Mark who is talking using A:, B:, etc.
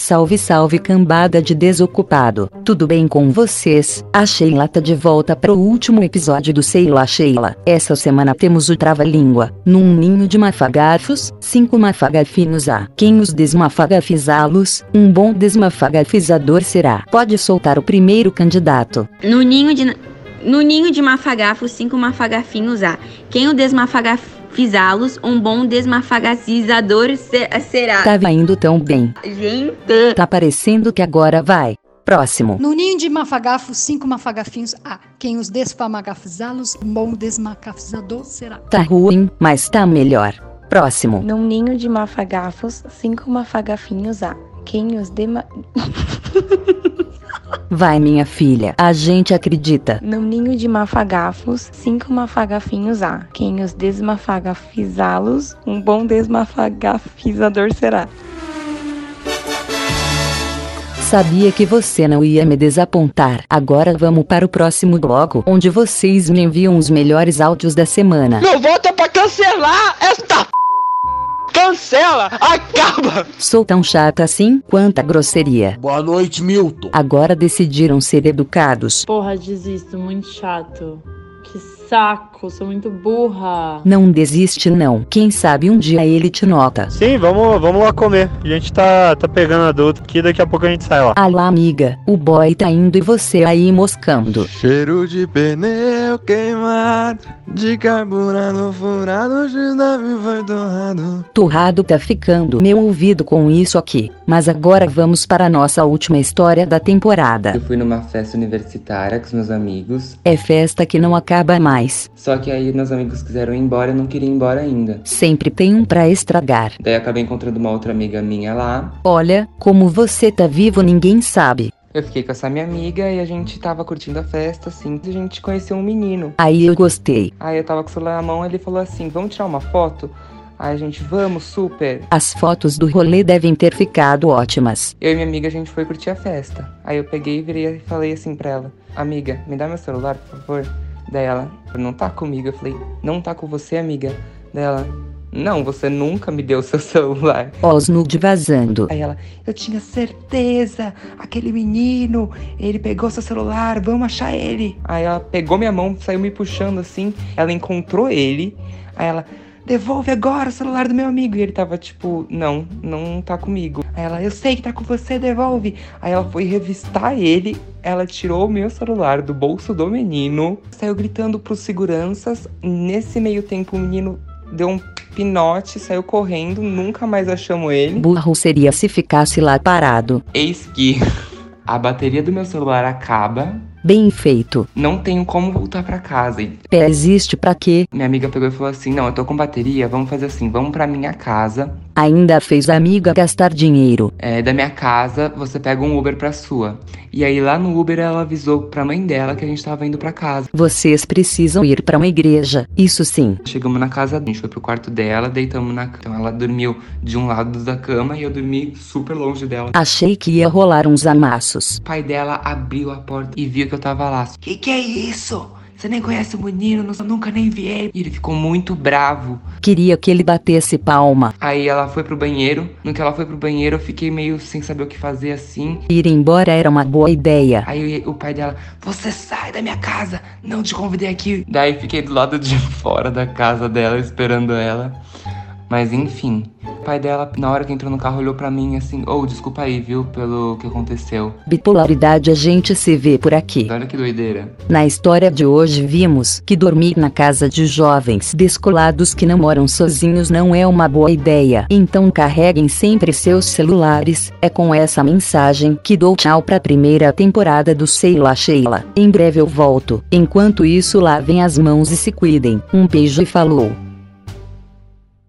A: Salve, salve cambada de desocupado, tudo bem com vocês? A Sheila tá de volta pro último episódio do Sei lá Sheila. Essa semana temos o Trava-Língua, num ninho de mafagarfos, cinco mafagafinos a quem os desmafagafizá-los, um bom desmafagafizador será. Pode soltar o primeiro candidato.
B: No ninho de, no ninho de mafagafos, cinco mafagafinhos há. Quem o desmafagafizá-los, um bom desmafagazizador se- será.
A: Tava indo tão bem.
B: Gente,
A: Tá parecendo que agora vai. Próximo.
C: No ninho de mafagafos, cinco mafagafinhos há. Quem os desfamagafizá-los, bom desmacafizador será.
A: Tá ruim, mas tá melhor. Próximo.
D: Num ninho de mafagafos, cinco mafagafinhos há. Quem os dema...
A: Vai, minha filha. A gente acredita.
D: Num ninho de mafagafos, cinco mafagafinhos há. Quem os desmafagafizá-los, um bom desmafagafizador será.
A: Sabia que você não ia me desapontar. Agora vamos para o próximo bloco, onde vocês me enviam os melhores áudios da semana.
E: Meu voto é pra cancelar esta p... Cancela! Acaba!
A: Sou tão chata assim? Quanta grosseria.
E: Boa noite, Milton.
A: Agora decidiram ser educados.
F: Porra, desisto, muito chato. Que saco, sou muito burra.
A: Não desiste não. Quem sabe um dia ele te nota.
G: Sim, vamos, vamos lá comer. A gente tá, tá pegando adulto aqui, daqui a pouco a gente sai lá.
A: Alá, amiga. O boy tá indo e você aí moscando.
H: Cheiro de pneu queimado, de carburado furado, ginásio foi torrado.
A: Torrado tá ficando meu ouvido com isso aqui. Mas agora vamos para a nossa última história da temporada.
I: Eu fui numa festa universitária com os meus amigos,
A: É festa que não acaba mais.
I: só que aí meus amigos quiseram ir embora e eu não queria ir embora ainda.
A: Sempre tem um pra estragar.
I: Daí acabei encontrando uma outra amiga minha lá.
A: Olha, como você tá vivo ninguém sabe.
I: Eu fiquei com essa minha amiga e a gente tava curtindo a festa, assim, e a gente conheceu um menino.
A: Aí eu gostei.
I: Aí eu tava com o celular na mão, ele falou assim: vamos tirar uma foto? Aí a gente, vamos, super.
A: As fotos do rolê devem ter ficado ótimas.
I: Eu e minha amiga, a gente foi curtir a festa. Aí eu peguei e virei e falei assim pra ela: Amiga, me dá meu celular, por favor. Daí ela, não tá comigo. Eu falei: Não tá com você, amiga. Daí ela, Não, você nunca me deu seu celular.
A: Os nude vazando.
I: Aí ela, eu tinha certeza, aquele menino, ele pegou seu celular, vamos achar ele. Aí ela pegou minha mão, saiu me puxando assim, ela encontrou ele, aí ela, devolve agora o celular do meu amigo. E ele tava tipo, não, não tá comigo. Aí ela, eu sei que tá com você, devolve. Aí ela foi revistar ele, ela tirou o meu celular do bolso do menino, saiu gritando pros seguranças. Nesse meio tempo, o menino deu um pinote, saiu correndo, nunca mais achamos ele.
A: Burro seria se ficasse lá parado.
I: Eis que a bateria do meu celular acaba,
A: Bem feito.
I: não tenho como voltar pra casa. E
A: Pé existe pra quê?
I: minha amiga pegou e falou assim: "Não, eu tô com bateria, vamos fazer assim, vamos pra minha casa.
A: Ainda fez a amiga gastar dinheiro.
I: É, da minha casa você pega um Uber pra sua". E aí lá no Uber ela avisou pra mãe dela que a gente tava indo pra casa.
A: Vocês precisam ir pra uma igreja. Isso sim.
I: Chegamos na casa, a gente foi pro quarto dela, deitamos na Então ela dormiu de um lado da cama e eu dormi super longe dela.
A: Achei que ia rolar uns amassos.
I: O pai dela abriu a porta e viu que eu tava lá. Que que é isso? Você nem conhece o menino, não- nunca nem vi ele. E ele ficou muito bravo.
A: Queria que ele batesse palma.
I: Aí ela foi pro banheiro. No que ela foi pro banheiro, eu fiquei meio sem saber o que fazer assim.
A: Ir embora era uma boa ideia.
I: Aí o pai dela, você sai da minha casa, não te convidei aqui. Daí fiquei do lado de fora da casa dela, esperando ela. Mas enfim, o pai dela, na hora que entrou no carro, olhou pra mim assim: Ô, desculpa aí, viu, pelo que aconteceu.
A: Bipolaridade a gente se vê por aqui.
I: Olha que doideira.
A: Na história de hoje vimos que dormir na casa de jovens descolados que não moram sozinhos não é uma boa ideia. Então carreguem sempre seus celulares. É com essa mensagem que dou tchau pra primeira temporada do Sei lá Sheila. Em breve eu volto. Enquanto isso lavem as mãos e se cuidem. Um beijo e falou.